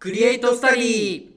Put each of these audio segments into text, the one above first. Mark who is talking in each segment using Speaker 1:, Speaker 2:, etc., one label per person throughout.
Speaker 1: クリエイトスタディ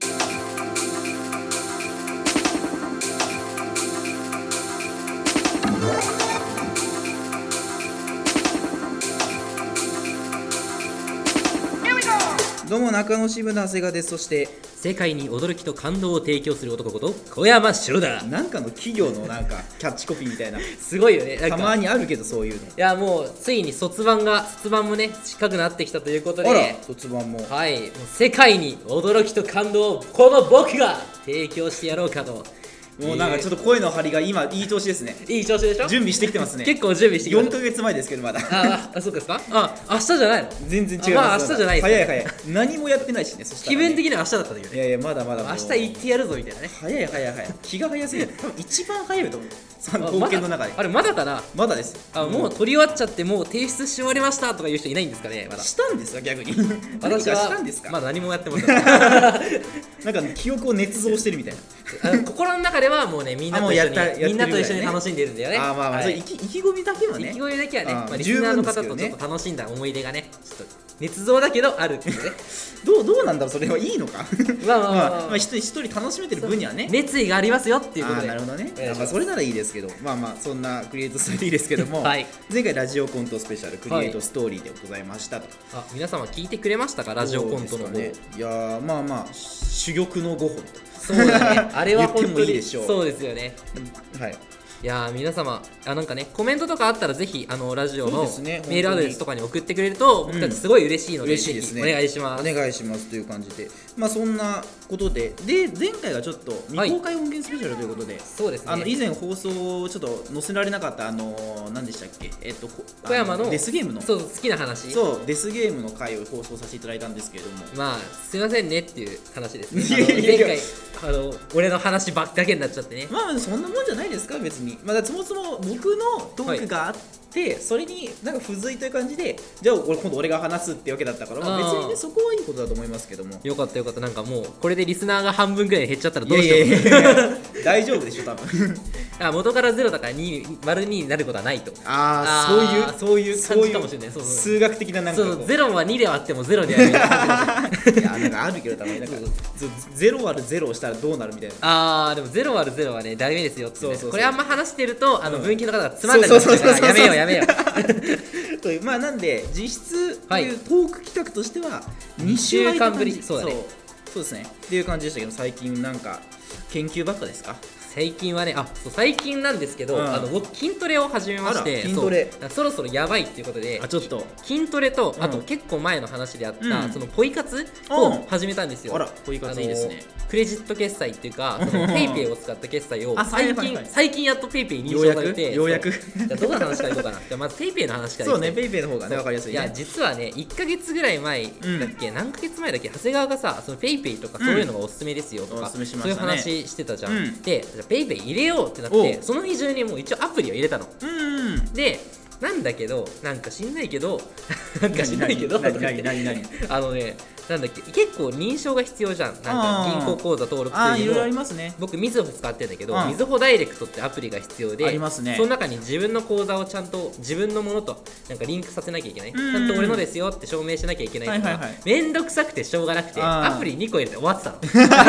Speaker 2: どうも中野支部の長谷川ですそして
Speaker 1: 世界に驚きと感動を提供する男こと小山城だ
Speaker 2: なんかの企業のなんか キャッチコピーみたいな
Speaker 1: すごいよねなん
Speaker 2: た
Speaker 1: か
Speaker 2: まにあるけどそういうの
Speaker 1: いやもうついに卒版が卒版もね近くなってきたということ
Speaker 2: あら
Speaker 1: で
Speaker 2: 卒番も
Speaker 1: はいもう世界に驚きと感動をこの僕が提供してやろうかと
Speaker 2: もうなんかちょ
Speaker 1: っ
Speaker 2: っと声の張りが今いい調子ですね
Speaker 1: といい調子でしょ
Speaker 2: 準備してきてますね
Speaker 1: 結構準備してきま
Speaker 2: 4
Speaker 1: した
Speaker 2: ヶ月前ですけどま だ
Speaker 1: あああそうかですかあ明日じゃないの
Speaker 2: 全然違います
Speaker 1: まあ明日じゃないですね
Speaker 2: 早い早い何もやってないしねそしたら
Speaker 1: 気
Speaker 2: ね
Speaker 1: 分的には明日だったんだけど
Speaker 2: い
Speaker 1: ね
Speaker 2: やいやまだまだもう
Speaker 1: 明日行ってやるぞみたいなね
Speaker 2: 早い早い早い気が早す ぎる多分一番早いと思う三
Speaker 1: あ
Speaker 2: 貢献の中で
Speaker 1: まだあれまだかな
Speaker 2: まだです
Speaker 1: あもう取り終わっちゃってもう提出し終わりましたとか言う人いないんですかねまだ
Speaker 2: したんですか逆に
Speaker 1: 私
Speaker 2: 何
Speaker 1: は
Speaker 2: かしたんですか、
Speaker 1: まあ何もやってもない
Speaker 2: なんか記憶を捏造してるみたいな
Speaker 1: あの 心の中ではもうねみんな
Speaker 2: あも
Speaker 1: と
Speaker 2: う
Speaker 1: 一
Speaker 2: や
Speaker 1: 緒
Speaker 2: ったやってる
Speaker 1: に、
Speaker 2: ぐらいね
Speaker 1: みんなと一緒に楽しんでいるんだよね
Speaker 2: あーまあまあ、
Speaker 1: はい
Speaker 2: それ意気意気込みだけはね
Speaker 1: 意気込みだけはね、
Speaker 2: あー
Speaker 1: まあ、リスナーの方
Speaker 2: 十
Speaker 1: と
Speaker 2: 分
Speaker 1: ち
Speaker 2: です
Speaker 1: ょ
Speaker 2: け
Speaker 1: っ
Speaker 2: どね
Speaker 1: と楽しんだ思い出がねちょっと捏造だけどあるって いうね
Speaker 2: どうどうなんだろうそれはいいのか
Speaker 1: まあまあまあまあ
Speaker 2: まあ一人一人楽しめてる分にはね
Speaker 1: 熱意がありますよっていうこ
Speaker 2: あ
Speaker 1: と
Speaker 2: ー
Speaker 1: で
Speaker 2: なるほどね
Speaker 1: お願いします
Speaker 2: まあそれならいいですけどまあまあそんなクリエイトストーリーですけども、
Speaker 1: はい
Speaker 2: 前回ラジオコントスペシャルクリエイトストーリーでございましたと、
Speaker 1: あ皆様聞いてくれましたかラジオコントの
Speaker 2: どう
Speaker 1: 方
Speaker 2: ですかねいやーまあまあ珠玉の5本と
Speaker 1: そう だねあれは
Speaker 2: 言って
Speaker 1: 本
Speaker 2: も
Speaker 1: 当
Speaker 2: いい
Speaker 1: に
Speaker 2: でしょう
Speaker 1: そうですよね
Speaker 2: はい
Speaker 1: いやー皆様あなんかねコメントとかあったらぜひあのラジオの
Speaker 2: そう
Speaker 1: メ
Speaker 2: ですね
Speaker 1: ールアドレスとかに送ってくれると僕たちすごい嬉しいので、
Speaker 2: 嬉しいですね
Speaker 1: ぜひお願いします
Speaker 2: お願いしますという感じでまあそんなことでで前回がちょっと
Speaker 1: はい
Speaker 2: 未公開音源スペシャルということで、
Speaker 1: そうですね
Speaker 2: あの以前放送をちょっと載せられなかったあのー何でしたっけえっとこあ
Speaker 1: 小山の
Speaker 2: デスゲームの
Speaker 1: そうそう好きな話
Speaker 2: そうデスゲームの回を放送させていただいたんですけれども
Speaker 1: まあすいませんねっていう話です ね
Speaker 2: いやいやいや
Speaker 1: あの前回あの俺の話ばっだけになっちゃってね
Speaker 2: まあそんなもんじゃないですか別にまあだからそもそも僕のトークがあって、それになんか付随という感じでじゃあ俺今度俺が話すってわけだったから、まあ、別
Speaker 1: あー
Speaker 2: にねそこはいいことだと思いますけども
Speaker 1: よかったよかったなんかもうこれでリスナーが半分ぐらい減っちゃったらどう
Speaker 2: い
Speaker 1: しよう
Speaker 2: やいやいやいや大丈夫でしょ多分
Speaker 1: あ元からゼロだから2丸2になることはないと
Speaker 2: ああ
Speaker 1: あー
Speaker 2: そういうそういうそう
Speaker 1: 感じかもしれないそうそう
Speaker 2: 数学的ななんか
Speaker 1: そ
Speaker 2: こう
Speaker 1: うゼロは2ではあってもゼロではない
Speaker 2: いやなんかあるけどたまになんか
Speaker 1: そう
Speaker 2: ずゼロ割るゼロをしたらどうなるみたいな
Speaker 1: あーでもゼロ割るゼロはねダメですよっ
Speaker 2: そ
Speaker 1: てね、
Speaker 2: うそうそう
Speaker 1: これあんま話してるとあの
Speaker 2: うん
Speaker 1: 分岐の方がつまんなくなっちゃうから
Speaker 2: そうそう
Speaker 1: や
Speaker 2: そう
Speaker 1: め
Speaker 2: そう
Speaker 1: ようやめよう
Speaker 2: というまあなんで実質と
Speaker 1: はい
Speaker 2: いうトーク企画としては2週
Speaker 1: 二週間ぶり
Speaker 2: そ
Speaker 1: そううだね
Speaker 2: そうですねっていう感じでしたけど最近なんか研究ばっかですか
Speaker 1: 最近はねあそう最近なんですけど、
Speaker 2: うん
Speaker 1: あの僕筋トレを始めまし
Speaker 2: あら
Speaker 1: て
Speaker 2: 筋トレ
Speaker 1: そうそろそろやばいっていうことで
Speaker 2: ちょっと
Speaker 1: 筋トレと、
Speaker 2: うん
Speaker 1: あと結構前の話であった、
Speaker 2: うん
Speaker 1: そのポイ活
Speaker 2: うん
Speaker 1: を始めたんですよ、
Speaker 2: あらポイ活いいですね
Speaker 1: あのクレジット決済っていう かその
Speaker 2: うん
Speaker 1: ペイペイを使った決済を
Speaker 2: あ
Speaker 1: 最
Speaker 2: はい
Speaker 1: 近
Speaker 2: はいはい
Speaker 1: 最近やっとペイペイに
Speaker 2: よ
Speaker 1: 認
Speaker 2: う
Speaker 1: 証
Speaker 2: や
Speaker 1: さ
Speaker 2: く
Speaker 1: れて
Speaker 2: ようやく
Speaker 1: そうじゃあどこの話からいこうかなじゃあまずペイペイの話から
Speaker 2: そうね
Speaker 1: ペ
Speaker 2: ペ
Speaker 1: イ
Speaker 2: イペイの方がねわかりやすい
Speaker 1: いや
Speaker 2: ね
Speaker 1: 実はね1か月ぐらい前だっけ、何ヶ月前だっけ長谷川がさそのペイペイとかそういうのがおすすめですよと
Speaker 2: うんお
Speaker 1: か、
Speaker 2: すすめしま
Speaker 1: そうい
Speaker 2: し
Speaker 1: う
Speaker 2: たね
Speaker 1: 話してたじゃん、
Speaker 2: うん
Speaker 1: でじゃあペイペイ入れようってなって
Speaker 2: おう
Speaker 1: その日中にもう一応アプリを入れたの
Speaker 2: うん
Speaker 1: でなんだけどなんか知んないけどなんか知んないけど
Speaker 2: 何
Speaker 1: とか言
Speaker 2: 何
Speaker 1: っ
Speaker 2: 何
Speaker 1: て
Speaker 2: 何
Speaker 1: あのねなんだっけ結構認証が必要じゃんなん
Speaker 2: あー
Speaker 1: か銀行口座登 録
Speaker 2: ああ
Speaker 1: す
Speaker 2: い
Speaker 1: る
Speaker 2: ろいろあ
Speaker 1: に
Speaker 2: り
Speaker 1: も
Speaker 2: ますね
Speaker 1: 僕みずほ使ってるんだけど
Speaker 2: うん
Speaker 1: みずほダイレクトってアプリが必要で
Speaker 2: ありますね
Speaker 1: その中に自分の口座をちゃんと自分のものとなんかリンクさせなきゃいけないち
Speaker 2: うん
Speaker 1: ゃんと俺のですよって証明しなきゃいけないか
Speaker 2: はい
Speaker 1: ら
Speaker 2: はいはい
Speaker 1: 面倒くさくてしょうがなくて
Speaker 2: あー
Speaker 1: アプリ2個入れて終わってたの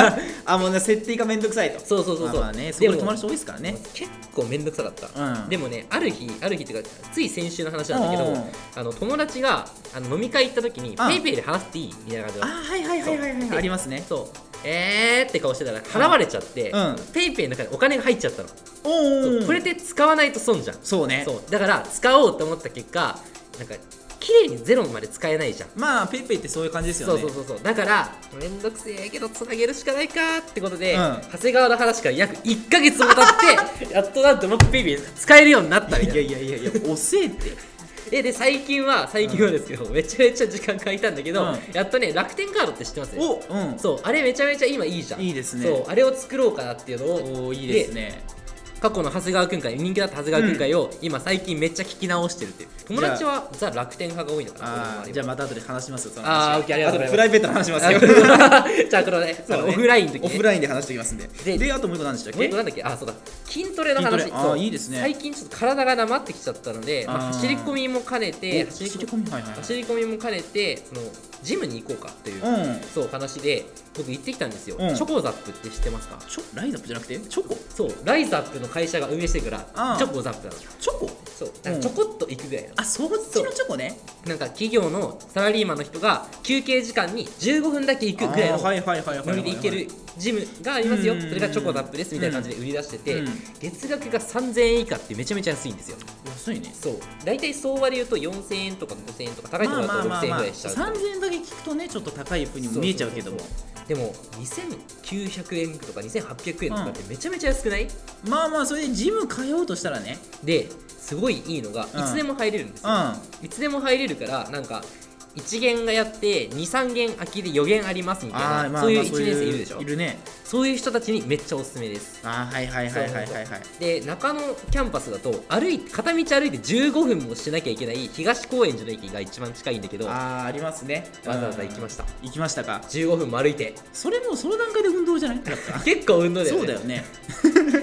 Speaker 2: あもうね設定がめんどくさいと
Speaker 1: そうそうそうそう
Speaker 2: まあまあねそこで止まる人多いですからね
Speaker 1: 結構面倒くさかった、
Speaker 2: うん
Speaker 1: でもねある日ある日っていうかつい先週の話なんだけ
Speaker 2: う
Speaker 1: ど
Speaker 2: んうん
Speaker 1: あの友達があの飲み会行った時に「
Speaker 2: うん
Speaker 1: ペイペイで話していい?」みたいな感じ
Speaker 2: あ
Speaker 1: で
Speaker 2: ーはいはいはいはいはい
Speaker 1: そう
Speaker 2: ありますね
Speaker 1: そうえーって顔してたら払われちゃって、
Speaker 2: うん
Speaker 1: ペイペイの中にお金が入っちゃったの、
Speaker 2: お
Speaker 1: そう
Speaker 2: ー
Speaker 1: これって使わないと損じゃん
Speaker 2: そうね
Speaker 1: そうだから使おうと思った結果なんか綺麗にゼロまで使えないじゃん
Speaker 2: まあペイペイってそういう感じですよ
Speaker 1: そう
Speaker 2: ね
Speaker 1: そうそうそうだからめんどくせえけどつなげるしかないかーってことで、
Speaker 2: うん
Speaker 1: 長谷川の話から約1か月も経っ てやっとなんともっとペイペイ使えるようになったみたい
Speaker 2: い
Speaker 1: な
Speaker 2: やいやいやいや遅えって
Speaker 1: でで最近は最近はですけど、めちゃめちゃ時間かいたんだけど、
Speaker 2: うん
Speaker 1: やっとね楽天カードって知ってます
Speaker 2: おうん
Speaker 1: そうあれめちゃめちゃ今いいじゃん
Speaker 2: いいですね
Speaker 1: そうあれを作ろうかなっていうのを
Speaker 2: おーいいですね
Speaker 1: 過去の長谷川君会人気だった長谷川君会を、今最近めっちゃ聞き直してるっていう友達はザ楽天派が多いのかな俺の
Speaker 2: あ
Speaker 1: 周
Speaker 2: ー
Speaker 1: り
Speaker 2: じ
Speaker 1: は
Speaker 2: ゃあまた後で話しますよその
Speaker 1: あー
Speaker 2: 話
Speaker 1: オッケーありがとう
Speaker 2: 後でプ
Speaker 1: ございます
Speaker 2: ライベートの話しますよ
Speaker 1: じゃあこのね
Speaker 2: そう
Speaker 1: あ
Speaker 2: だ
Speaker 1: の
Speaker 2: ね
Speaker 1: オフラインの時、ね、
Speaker 2: オフラインで話していきますんで
Speaker 1: で
Speaker 2: であともう一個何でしたっ
Speaker 1: もう一個
Speaker 2: け
Speaker 1: なんだっけあそうだ筋トレの話
Speaker 2: 筋トレあー
Speaker 1: そう
Speaker 2: いいですね
Speaker 1: 最近ちょっと体がなまってきちゃったので、まあ
Speaker 2: あー
Speaker 1: 走り込みも兼ねて
Speaker 2: お
Speaker 1: 走り
Speaker 2: 走
Speaker 1: 込
Speaker 2: り
Speaker 1: み
Speaker 2: 込みはいはいはい
Speaker 1: 走り込みも兼ねてそのジムに行こうかという、
Speaker 2: うん
Speaker 1: そう話で僕行ってきたんですよ、
Speaker 2: うん
Speaker 1: チョコザップって知ってますか
Speaker 2: ちょライザップじゃなくてチョコ
Speaker 1: そうライザップの会社が運営してるから
Speaker 2: あー
Speaker 1: チョコザップなの
Speaker 2: チョコ
Speaker 1: そうだからちょこっと行くぐらいなの、
Speaker 2: あそっちのチョコね
Speaker 1: なんか企業のサラリーマンの人が休憩時間に15分だけ行くぐらい
Speaker 2: あーはい
Speaker 1: の
Speaker 2: はいはいはい
Speaker 1: ノ
Speaker 2: はい
Speaker 1: リで行けるジムがありますよ
Speaker 2: うんうんうん
Speaker 1: それがチョコザップですみたいな感じで売り出してて
Speaker 2: うん
Speaker 1: 月額が3000円以下ってめちゃめちゃ安いんですよ
Speaker 2: 安いね
Speaker 1: そう大体相場で言うと4000円とか5000円とか高いとこ
Speaker 2: まあ
Speaker 1: ろだ
Speaker 2: まあ
Speaker 1: と
Speaker 2: まあま
Speaker 1: 6000円
Speaker 2: あ
Speaker 1: ぐらいしちゃう
Speaker 2: 3000円だけ聞くとねちょっと高い風にも見えちゃうけども
Speaker 1: そでも2900円とか2800円とかってめちゃめちゃ安くない、
Speaker 2: まあまあそれでジム通うとしたらね
Speaker 1: ですごいいいのがい
Speaker 2: うん
Speaker 1: つでも入れるんです
Speaker 2: う
Speaker 1: よ、いつでも入れるからなんか1限がやって23限空きで4限ありますみたいな、
Speaker 2: ーまあ
Speaker 1: そういう
Speaker 2: まあ
Speaker 1: 1年生いるでしょ
Speaker 2: いるね
Speaker 1: そういう人たちにめっちゃおすすめです
Speaker 2: あーはいはいはいはいはいはい
Speaker 1: で中野キャンパスだと歩いて片道歩いて15分もしなきゃいけない東高円寺の駅が一番近いんだけど
Speaker 2: あーありますね
Speaker 1: わざわざ行きました
Speaker 2: 行きましたか
Speaker 1: 15分も歩いて
Speaker 2: それもうその段階で運動じゃないだった
Speaker 1: 結構運動だよね
Speaker 2: そうだよね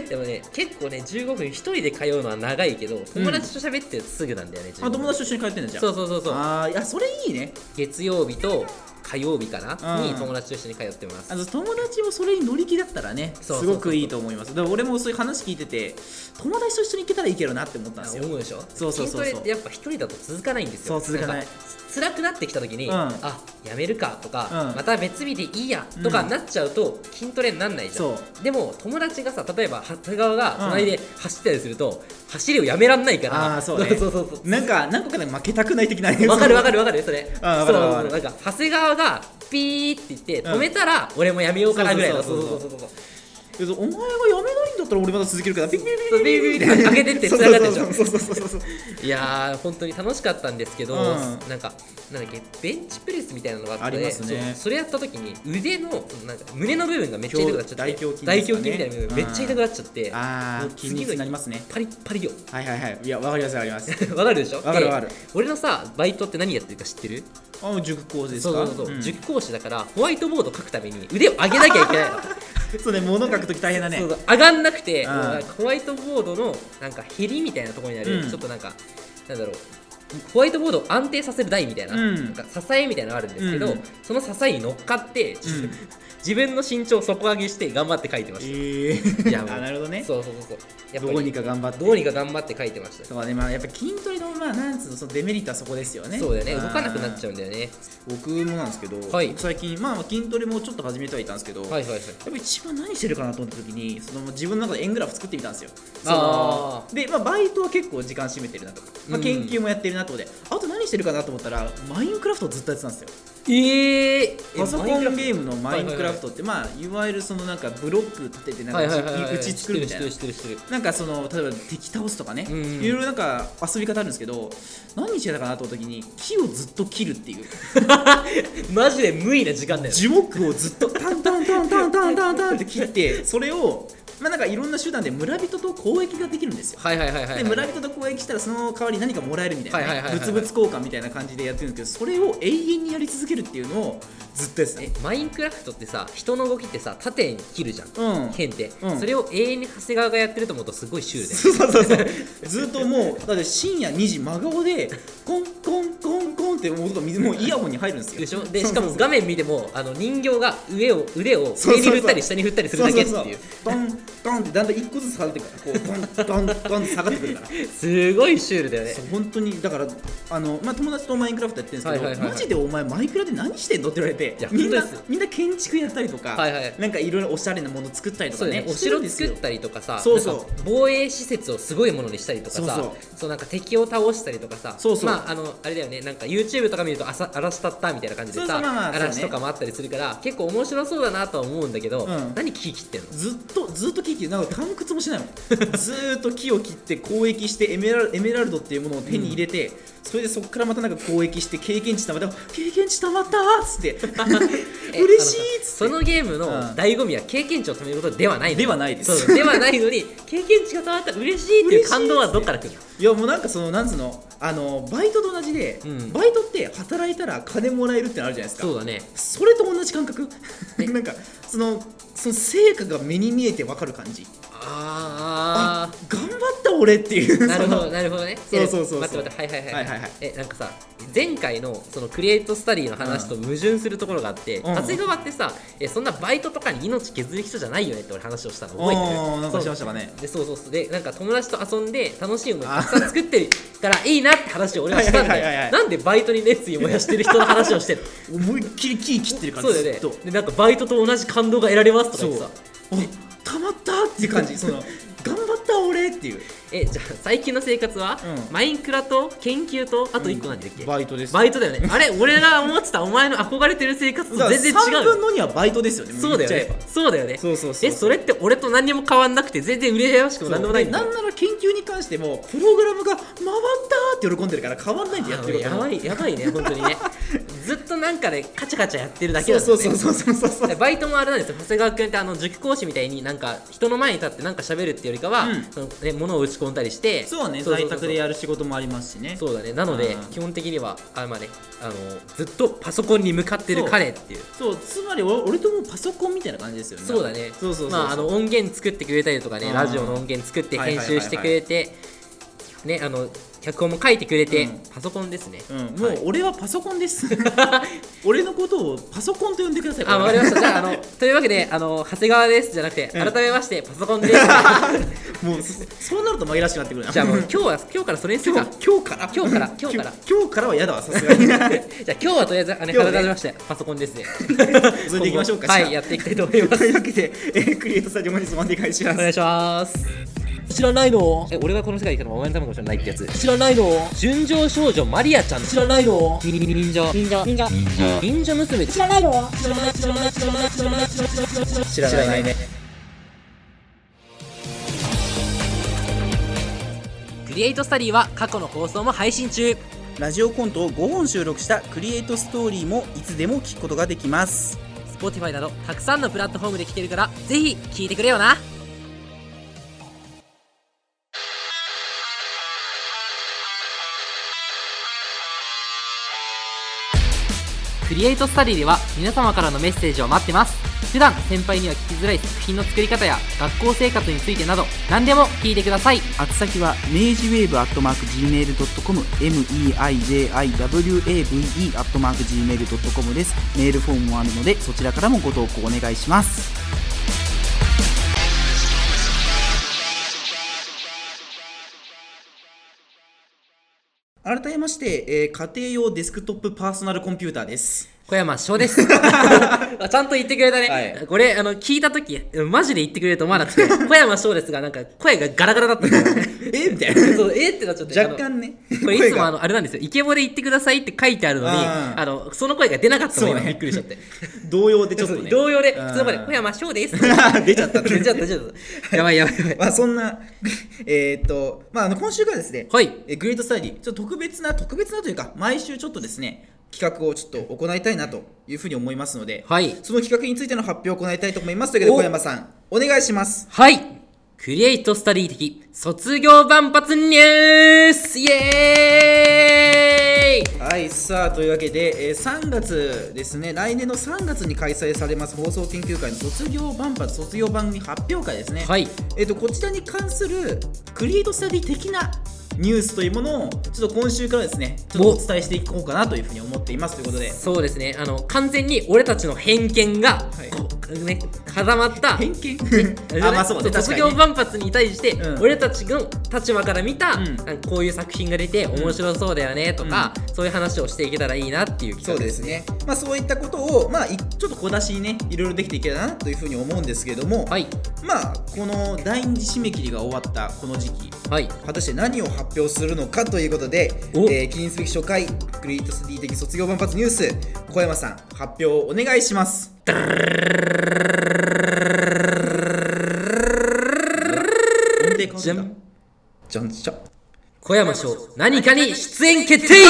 Speaker 1: でもね結構ね15分一人で通うのは長いけど友達と喋ってすぐなんだよね、15分
Speaker 2: あ友達と一緒に通ってんだじゃん
Speaker 1: そうそうそうそう
Speaker 2: ああいやそれいいね
Speaker 1: 月曜日と火曜日かな、
Speaker 2: うん
Speaker 1: に友達と一緒に通ってます
Speaker 2: あの友達もそれに乗り気だったらね
Speaker 1: そうそう
Speaker 2: す
Speaker 1: そう
Speaker 2: ごくいいと思いますでも俺もそういう話聞いてて友達と一緒に行けたらいいけるなって思ったんですよ
Speaker 1: 思うでしょ
Speaker 2: そうそうそうそう
Speaker 1: 筋トレってやっぱ一人だと続かないんですよ
Speaker 2: そう続かない
Speaker 1: ん辛くなってきた時に、
Speaker 2: うん
Speaker 1: あやめるかとか、
Speaker 2: うん
Speaker 1: また別日でいいやとか
Speaker 2: うん
Speaker 1: なっちゃうと筋トレになんないじゃん、
Speaker 2: そ
Speaker 1: でも友達がさ例えば長谷川が隣で走ったりすると、走りをやめらんないか
Speaker 2: あ
Speaker 1: ら
Speaker 2: ーそうね
Speaker 1: そうそうそう
Speaker 2: なんか何個かで負けたくない的な
Speaker 1: わかるわ
Speaker 2: か
Speaker 1: かるわかるそれ
Speaker 2: あわかるわかる
Speaker 1: そうなんか長谷川がピーって言って
Speaker 2: うん
Speaker 1: 止めたら俺もやめようかなぐらいの
Speaker 2: そうそうそう
Speaker 1: そうそう
Speaker 2: るお前がやめないんだったら俺まだ続けるからビビビ
Speaker 1: そうビリビリって上げてって繋がってるでしょ
Speaker 2: そうそうそうそうそうそう
Speaker 1: いやー本当に楽しかったんですけど、
Speaker 2: うん
Speaker 1: なんかなんだっけベンチプレスみたいなのがあって
Speaker 2: ありますね
Speaker 1: そうそれやった時に腕のそのなんか胸の部分がめっちゃ痛くなっちゃって
Speaker 2: 大胸筋
Speaker 1: 大
Speaker 2: です
Speaker 1: 胸
Speaker 2: かね
Speaker 1: 筋みたいな部分めっちゃ痛くなっちゃって
Speaker 2: あ
Speaker 1: も
Speaker 2: あ
Speaker 1: う
Speaker 2: 筋肉になりますね
Speaker 1: パリッパリよ
Speaker 2: はいはいはいいやわかりますわかります
Speaker 1: わかるでしょ
Speaker 2: わかるわかる
Speaker 1: で俺のさバイトって何やってるか知ってる
Speaker 2: あもう塾講師です
Speaker 1: そう
Speaker 2: か
Speaker 1: そうそう、
Speaker 2: ん
Speaker 1: 塾講師だからホワイトボード書くために腕を上げなきゃいけないの
Speaker 2: そうね物書くとき大変だね
Speaker 1: そうそう上がんなくて、
Speaker 2: うん
Speaker 1: もうなんかホワイトボードのなんかへりみたいなところにある、
Speaker 2: うん
Speaker 1: ちょっとなんかなんだろうホワイトボードを安定させる台みたいな,、
Speaker 2: うん
Speaker 1: なんか支えみたいなのがあるんですけど、
Speaker 2: うん
Speaker 1: その支えに乗っかって、
Speaker 2: ん
Speaker 1: 自分の身長を底上げして頑張って書いてました、
Speaker 2: ええ
Speaker 1: いやもう
Speaker 2: あなるほどね
Speaker 1: そうそうそうそうやっぱ
Speaker 2: どうに
Speaker 1: り
Speaker 2: か頑張って
Speaker 1: どうにか頑張って書いてました
Speaker 2: そうねまあやっぱ筋トレのまあなんつうのそのデメリットはそこですよね
Speaker 1: そうだよね動かなくなっちゃ
Speaker 2: う
Speaker 1: うんだよね
Speaker 2: 僕もなんですけど、
Speaker 1: はい
Speaker 2: 僕最近まあまあ筋トレもちょっと始めてはいたんですけど、
Speaker 1: はい
Speaker 2: やっ
Speaker 1: はいはい
Speaker 2: ぱ一番何してるかなと思った時にその自分の中で円グラフ作ってみたんですよ
Speaker 1: あー
Speaker 2: そので、まあ、バイトは結構時間占めてるなとか、まあ、
Speaker 1: うん
Speaker 2: 研究もやってるなと思って、あと何してるかなと思ったらマインクラフトをずっとやってたんですよ
Speaker 1: ええ
Speaker 2: パソコンゲームのマインクラフ
Speaker 1: ト
Speaker 2: トって、まあいわゆるそのなんかブロック立ててなんか打ち作るみたいな
Speaker 1: 知ってる知ってる知ってる
Speaker 2: なんかその例えば敵倒すとかね、
Speaker 1: うん
Speaker 2: いろいろなんか遊び方あるんですけど何してたかなと思った時に木をずっと切るっていう
Speaker 1: マジで無意な時間だよね
Speaker 2: 樹木をずっとタンタンタンタンタンタンタンって切ってそれを、まあ、なんかいろんな手段で村人と交易ができるんですよ。
Speaker 1: はいはいはいはいはい
Speaker 2: で村人と交易したらその代わり何かもらえるみたい
Speaker 1: はいはい
Speaker 2: な
Speaker 1: は
Speaker 2: ね
Speaker 1: いはい
Speaker 2: 物々交換みたいな感じでやってるんですけどそれを永遠にやり続けるっていうのをずっとやってた
Speaker 1: えマインクラフトってさ人の動きってさ縦に切るじゃん、
Speaker 2: うん
Speaker 1: 剣って、
Speaker 2: うん
Speaker 1: それを永遠に長谷川がやってると思うとすごいシュールだ
Speaker 2: そ
Speaker 1: よね
Speaker 2: うそうそうそうずっともうだって深夜2時真顔でコンコンコンコンって音が水もうイヤホンに入るんですよ
Speaker 1: でしょで
Speaker 2: そう
Speaker 1: しか
Speaker 2: そうそう
Speaker 1: も画面見てもあの人形が上を腕を
Speaker 2: そうそうそ
Speaker 1: 上
Speaker 2: う
Speaker 1: に振ったり下に振ったりするだけっていう
Speaker 2: そうそうそうドンドンってだんだん一個ずつ下がってくるからこうドンドンドンって下がってくるから
Speaker 1: すごいシュールだよね
Speaker 2: そう本当にだからあの、まあ、友達とマインクラフトやってるんですけど、
Speaker 1: はいはいはいはい
Speaker 2: マジでお前マイクラで何してんのって言われて
Speaker 1: いや
Speaker 2: みんな
Speaker 1: 本当です
Speaker 2: みんな建築やったりとか、
Speaker 1: はいはい
Speaker 2: なんかいろいろおしゃれなもの作ったりと
Speaker 1: そ
Speaker 2: か
Speaker 1: うだ
Speaker 2: ね
Speaker 1: よねお
Speaker 2: してるん
Speaker 1: 城
Speaker 2: です
Speaker 1: 作
Speaker 2: よ
Speaker 1: ったりとかさ
Speaker 2: そうそう
Speaker 1: なんか防衛施設をすごいものにしたりとかさ
Speaker 2: そうそう
Speaker 1: なんか敵を倒したりとかさ
Speaker 2: そうそう
Speaker 1: まああのあれだよねなんか YouTube とか見るとあさ嵐だったみたいな感じで
Speaker 2: そうそ
Speaker 1: さ
Speaker 2: うまあまあそうね
Speaker 1: 嵐とかもあったりするから結構面白そうだなとは思うんだけど、
Speaker 2: うん
Speaker 1: 何聞き切ってんの
Speaker 2: ずっとずっと木切るなんか探 掘もしないもんずーっと木を切って交易してエメラエメラルドっていうものを手に入れて、それでそこからまたなんか交易して経験値たまった経験値たまったーっつって 嬉しいっつ
Speaker 1: そ
Speaker 2: って
Speaker 1: のゲームの
Speaker 2: うん
Speaker 1: 醍醐味は経験値を貯めることではないの
Speaker 2: ではないです
Speaker 1: そうではないのに経験値がたまったら嬉しいっていう感動はどっから来るの
Speaker 2: いやもうなんかそのなんつうのあのバイトと同じで、
Speaker 1: うん
Speaker 2: バイトって働いたら金もらえるってのあるじゃないですか
Speaker 1: そうだね
Speaker 2: それと同じ感覚
Speaker 1: え
Speaker 2: なんかそのその成果が目に見えてわかる感じ
Speaker 1: あー
Speaker 2: 頑張った俺っていう
Speaker 1: あなるほ
Speaker 2: そ
Speaker 1: ど
Speaker 2: の
Speaker 1: なるほどね
Speaker 2: そうそうそうそう
Speaker 1: え待って待ってはいはいはい,、
Speaker 2: はいはいはい
Speaker 1: えなんかさ前回のそのクリエイトスタディの話と矛盾するところがあって、
Speaker 2: うん
Speaker 1: 長谷川ってさえそんなバイトとかに命削る人じゃないよねって俺話をしたの覚えて
Speaker 2: おー
Speaker 1: る
Speaker 2: なんかしましたかね
Speaker 1: でそうそうそうでなんか友達と遊んで楽しいものたくさん作ってたらいいなって話を俺はしたん
Speaker 2: はいはいはいはい
Speaker 1: だ
Speaker 2: は
Speaker 1: よ
Speaker 2: い
Speaker 1: なんでバイトに熱意燃やしてる人の話をし てる
Speaker 2: 思いっきりキー切ってる感
Speaker 1: そう
Speaker 2: じ
Speaker 1: だよ
Speaker 2: ず
Speaker 1: ね
Speaker 2: っと
Speaker 1: でなんかバイトと同じ感動が得られますとか
Speaker 2: そ
Speaker 1: 言っ
Speaker 2: う
Speaker 1: てさ
Speaker 2: おたまったっていう感じその頑張った俺っていう
Speaker 1: えじゃあ最近の生活は、
Speaker 2: うん
Speaker 1: マインクラと研究とあと1個なんだっけ、
Speaker 2: バイトです
Speaker 1: バイトだよねあれ俺が思ってたお前の憧れてる生活と
Speaker 2: だから
Speaker 1: 全然違
Speaker 2: 3分
Speaker 1: うよ
Speaker 2: の2はバイトですよね
Speaker 1: そうだよ
Speaker 2: 言っちゃ
Speaker 1: ね
Speaker 2: えば
Speaker 1: そうだよね
Speaker 2: そうそうそう
Speaker 1: えそれって俺と何にも変わんなくて全然羨まし
Speaker 2: そ
Speaker 1: くも
Speaker 2: う
Speaker 1: 何でもない
Speaker 2: で
Speaker 1: ん
Speaker 2: な
Speaker 1: だよ
Speaker 2: んなら研究に関してもプログラムが回ったーって喜んでるから変わんないんでやってること
Speaker 1: あやばいやばいね 本当にねずっとなんかねカチャカチャやってるだけ
Speaker 2: そ
Speaker 1: な
Speaker 2: うん
Speaker 1: だ
Speaker 2: そ
Speaker 1: よ
Speaker 2: う
Speaker 1: ね
Speaker 2: そうそうそうそうそう
Speaker 1: でバイトもあれなんですよ長谷川君ってあの塾講師みたいになんか人の前に立ってなんか喋るっていうよりかは、
Speaker 2: うん
Speaker 1: そのね、物を打ち込んだりして
Speaker 2: そうね
Speaker 1: そうそう
Speaker 2: 在宅でやる仕事もありますしね
Speaker 1: そうだねなので
Speaker 2: うん
Speaker 1: 基本的にはあまあねあのずっとパソコンに向かってる彼っていう
Speaker 2: そうつまり俺俺ともうパソコンみたいな感じですよね
Speaker 1: そうだね
Speaker 2: そうそうそうそう
Speaker 1: まああの音源作ってくれたりとかね
Speaker 2: うん
Speaker 1: ラジオの音源作って
Speaker 2: はいはい
Speaker 1: 編
Speaker 2: はいはい
Speaker 1: 集してくれてねあの脚本も書いてくれて
Speaker 2: うん
Speaker 1: パソコンですね
Speaker 2: うん、もう俺はパソコン です。俺のことをパソコンと呼んでください。
Speaker 1: あわかりましたじゃああの というわけであの長谷川ですじゃなくて改めましてパソ コンですじ
Speaker 2: もうそ そうなると紛らわしくなってくるな。
Speaker 1: ゃあもう今日は今日からそれにする
Speaker 2: 今
Speaker 1: か
Speaker 2: 日今日から
Speaker 1: 今日から今日から
Speaker 2: 今今日からは嫌だわさすがに。
Speaker 1: じゃあ今日はとりあえずあの
Speaker 2: 今日はね
Speaker 1: 改めましてパソコンで すね
Speaker 2: それでいきましょうか。
Speaker 1: はい
Speaker 2: じゃ
Speaker 1: や
Speaker 2: あ
Speaker 1: っていきたいと思います
Speaker 2: というわけで、えークリエイトスタジオ本日もお願いしま
Speaker 1: お
Speaker 2: す。
Speaker 1: 願いします
Speaker 2: 知らないの？
Speaker 1: え俺がこの世界にいたのはお前のためかもしれないってやつ
Speaker 2: 知らないの？
Speaker 1: 純情少女マリアちゃん
Speaker 2: 知らないの？
Speaker 1: ににに忍者
Speaker 3: 忍者忍者
Speaker 1: 忍者娘
Speaker 3: 知らないの知らない知らない知らない知らない知らない知らない
Speaker 1: 知
Speaker 2: 知らないね。
Speaker 1: クリエイトスタディは過去の放送も配信中
Speaker 2: ラジオコントを5本収録したクリエイトストーリーもいつでも聞くことができます。
Speaker 1: Spotify などたくさんのプラットフォームで聴けるからぜひ聴いてくれよなクリエイトスタディでは皆様からのメッセージを待ってます普段先輩には聞きづらい作品の作り方や学校生活についてなど何でも聞いてください
Speaker 4: 宛先は明治ウェーブアットマーク Gmail.com meijiwave アットマーク Gmail.com ですメールフォームもあるのでそちらからもご投稿お願いします
Speaker 2: 改めまして、えー家庭用デスクトップパーソナルコンピューターです。
Speaker 1: 小山翔です ちゃんと言ってくれたね、
Speaker 2: はい
Speaker 1: これあの聞いた時マジで言ってくれると思わな くて小山翔ですがなんか声がガラガラだったからね
Speaker 2: えみたいな。
Speaker 1: そう えーってなっちゃって
Speaker 2: 若干ね
Speaker 1: あのこれいつもあ
Speaker 2: の
Speaker 1: のあれなんですよイケボで言ってくださいって書いてあるのに
Speaker 2: うん
Speaker 1: あのその声が出なかったの
Speaker 2: そう
Speaker 1: が
Speaker 2: ね
Speaker 1: びっくりしち ゃって
Speaker 2: 動揺でちょっとね
Speaker 1: 同様で
Speaker 2: うん
Speaker 1: 普通まで「小山翔です」
Speaker 2: 出ちゃったね
Speaker 1: 出ちゃった出ちゃったやばいやばいやばい
Speaker 2: まあそんな えーっとまああの今週からですね
Speaker 1: はい
Speaker 2: えーグレートスタディちょっと特別な特別なというか毎週ちょっとですね企画をちょっと行いたいなというふうに思いますので、
Speaker 1: はい
Speaker 2: その企画についての発表を行いたいと思いますというわけで
Speaker 1: お
Speaker 2: 小山さんお願いします
Speaker 1: はいクリエイトスタディ的卒業万発ニュースイエーイ
Speaker 2: はいさあというわけで、えー3月ですね来年の3月に開催されます放送研究会の卒業万発卒業番組発表会ですね
Speaker 1: はい
Speaker 2: えっとこちらに関するクリエイトスタディ的なニュースというものをちょっと今週からですねちょっとお伝えしていこうかなというふうに思っていますということで
Speaker 1: そうですねあの完全に俺たちの偏見が、
Speaker 2: い
Speaker 1: こうね、固まった
Speaker 2: 偏見
Speaker 1: あれだ
Speaker 2: あ
Speaker 1: ね
Speaker 2: まあそうね確
Speaker 1: 卒
Speaker 2: か
Speaker 1: 業
Speaker 2: に、ね、
Speaker 1: 万発に対して、
Speaker 2: うん
Speaker 1: 俺たちの立場から見た、
Speaker 2: ん
Speaker 1: なんかこういう作品が出て面白そうだよねとか、そういう話をしていけたらいいなっていう
Speaker 2: そう
Speaker 1: 企画
Speaker 2: ですねまあそういったことをまあいちょっと小出しにねいろいろできていけたらなというふうに思うんですけれども、
Speaker 1: はい
Speaker 2: まあこの第二次締め切りが終わったこの時期
Speaker 1: はい
Speaker 2: 果たして何を発表するのかということで、え
Speaker 1: お
Speaker 2: ー記念すべき初回クリエイトスディ的卒業万発ニュース小山さん発表をお願いします音程変わってた
Speaker 1: じゃん
Speaker 2: じゃんじゃん
Speaker 1: こ小山翔何かに出演決定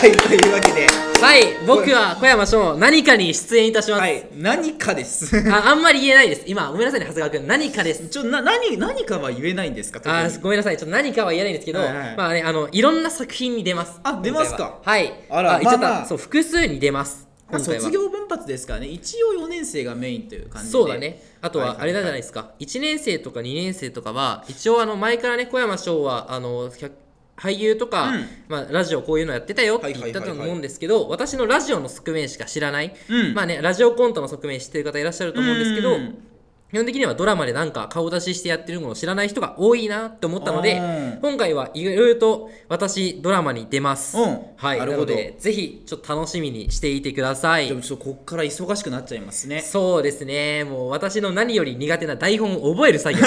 Speaker 2: はいというわけで
Speaker 1: はい僕は小山翔何かに出演いたします、
Speaker 2: はい何かです
Speaker 1: ああんまり言えないです今ごめんなさいね長谷川君何かです
Speaker 2: ちょな何何かは言えないんですか
Speaker 1: あ
Speaker 2: 特に
Speaker 1: ーごめんなさいちょっと何かは言えないんですけど、
Speaker 2: はいはい
Speaker 1: まあねあのいろんな作品に出ます
Speaker 2: あ
Speaker 1: 今回
Speaker 2: 出
Speaker 1: は
Speaker 2: ますか
Speaker 1: はい
Speaker 2: あら
Speaker 1: 言っちゃった、
Speaker 2: まあまあ
Speaker 1: そう複数に出ます
Speaker 2: まあ
Speaker 1: 今回は
Speaker 2: 卒業分発ですからね一応4年生がメインという感じで
Speaker 1: そうだねあと
Speaker 2: はい
Speaker 1: は
Speaker 2: はい
Speaker 1: あれなんじゃないですか、1年生とか2年生とかは一応あの前からね小山翔はあのひゃ俳優とか、
Speaker 2: うん
Speaker 1: まあ、ラジオこういうのやってたよって言ったと思うんですけど私のラジオの側面しか知らない、
Speaker 2: うん
Speaker 1: まあねラジオコントの側面知ってる方いらっしゃると思うんですけど、
Speaker 2: うん
Speaker 1: 基本的にはドラマでなんか顔出ししてやってるのを知らない人が多いなって思ったの
Speaker 2: あ
Speaker 1: で
Speaker 2: ー
Speaker 1: 今回はいろいろと私ドラマに出ます、
Speaker 2: うん
Speaker 1: はい
Speaker 2: な
Speaker 1: な
Speaker 2: るほど
Speaker 1: のでぜひちょっと楽しみにしていてくださ
Speaker 2: でも
Speaker 1: い
Speaker 2: ちょっとこっから忙しくなっちゃいますね
Speaker 1: そうですねもう私の何より苦手な台本を覚える 作業